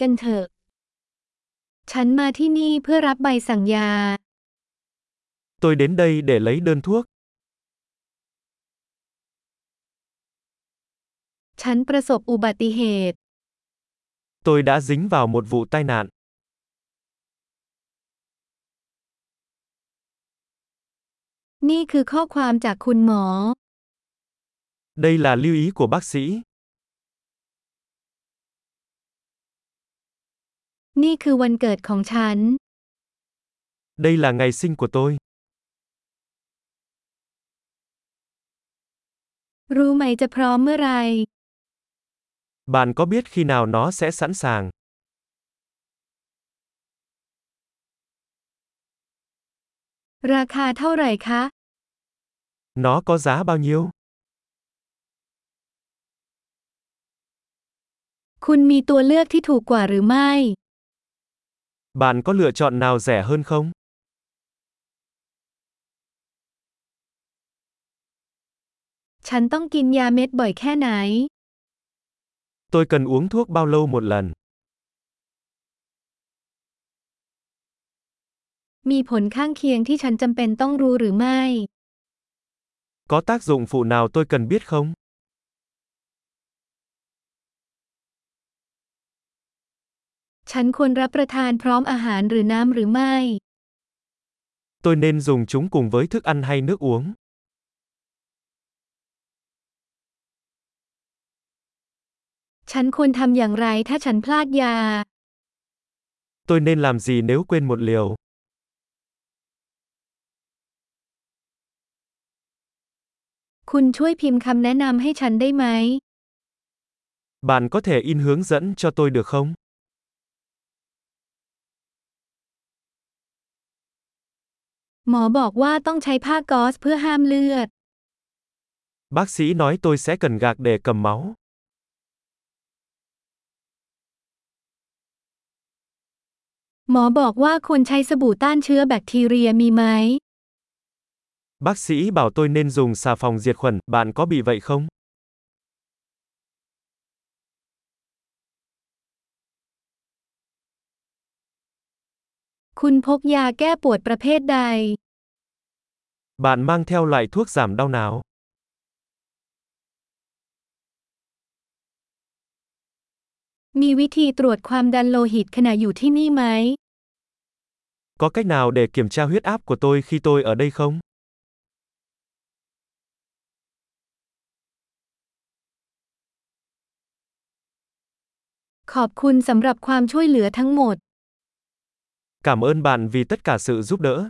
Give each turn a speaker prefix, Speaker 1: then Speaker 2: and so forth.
Speaker 1: กันเถอะ ฉันมาที่นี่เพื่อรับใบสั่งยา
Speaker 2: Tôi đến đây để lấy đơn thuốc.
Speaker 1: ฉันประสบอุบัติเหตุ
Speaker 2: Tôi đã dính vào một vụ tai nạn.
Speaker 1: นี่คือข้อความจากคุณหมอ
Speaker 2: Đây là lưu ý của bác sĩ.
Speaker 1: นี่คือวันเกิดของฉัน
Speaker 2: Đây là ngày sinh của tôi.
Speaker 1: รู้ไหมจะพร้อมเมื่อไหร
Speaker 2: Bạn có biết khi nào nó sẽ sẵn sàng?
Speaker 1: ราคาเท่าไหร่คะ
Speaker 2: Nó có giá bao nhiêu?
Speaker 1: คุณมีตัวเลือกที่ถูกกว่าหรือไม่
Speaker 2: Bạn có lựa chọn nào rẻ hơn không?
Speaker 1: ฉันต้องกินยาเม็ดบ่อยแค่ไหน
Speaker 2: Tôi cần uống thuốc bao lâu một lần?
Speaker 1: มีผลข้างเคียงที่ฉันจำเป็นต้องรู้หรือไม่
Speaker 2: Có tác dụng phụ nào tôi cần biết không?
Speaker 1: ฉันควรรับประทานพร้อมอาหารหรือน้ำหรือไม่
Speaker 2: Tôi nên dùng chúng cùng với thức ăn hay nước uống?
Speaker 1: ฉันควรทำอย่างไรถ้าฉันพลาดยา
Speaker 2: Tôi nên làm gì nếu quên một liều?
Speaker 1: คุณช่วยพิมพ์คำแนะนำให้ฉันได้ไหม
Speaker 2: Bạn có thể in hướng dẫn cho tôi được không?
Speaker 1: หมอบอกว่าต้องใช้ผ้าก๊อซเพื่อห้ามเลือด
Speaker 2: Bác sĩ nói tôi sẽ cần gạc để cầm máu.
Speaker 1: หมอบอกว่าควรใช้สบู่ต้านเชื้อแบคทีเรียมีไหม
Speaker 2: Bác sĩ bảo tôi nên dùng xà phòng diệt khuẩn, bạn có bị vậy không?
Speaker 1: คุณพกยาแก้ปวดประเภทใด
Speaker 2: Bạn mang theo loại thuốc giảm đau nào?
Speaker 1: มีวิธีตรวจความดันโลหิตขณะอยู่ที่นี่ไหม
Speaker 2: Có cách nào để kiểm tra huyết áp của tôi khi tôi ở đây không?
Speaker 1: ขอบคุณสำหรับความช่วยเหลือทั้งหมด
Speaker 2: Cảm ơn bạn vì tất cả sự giúp đỡ.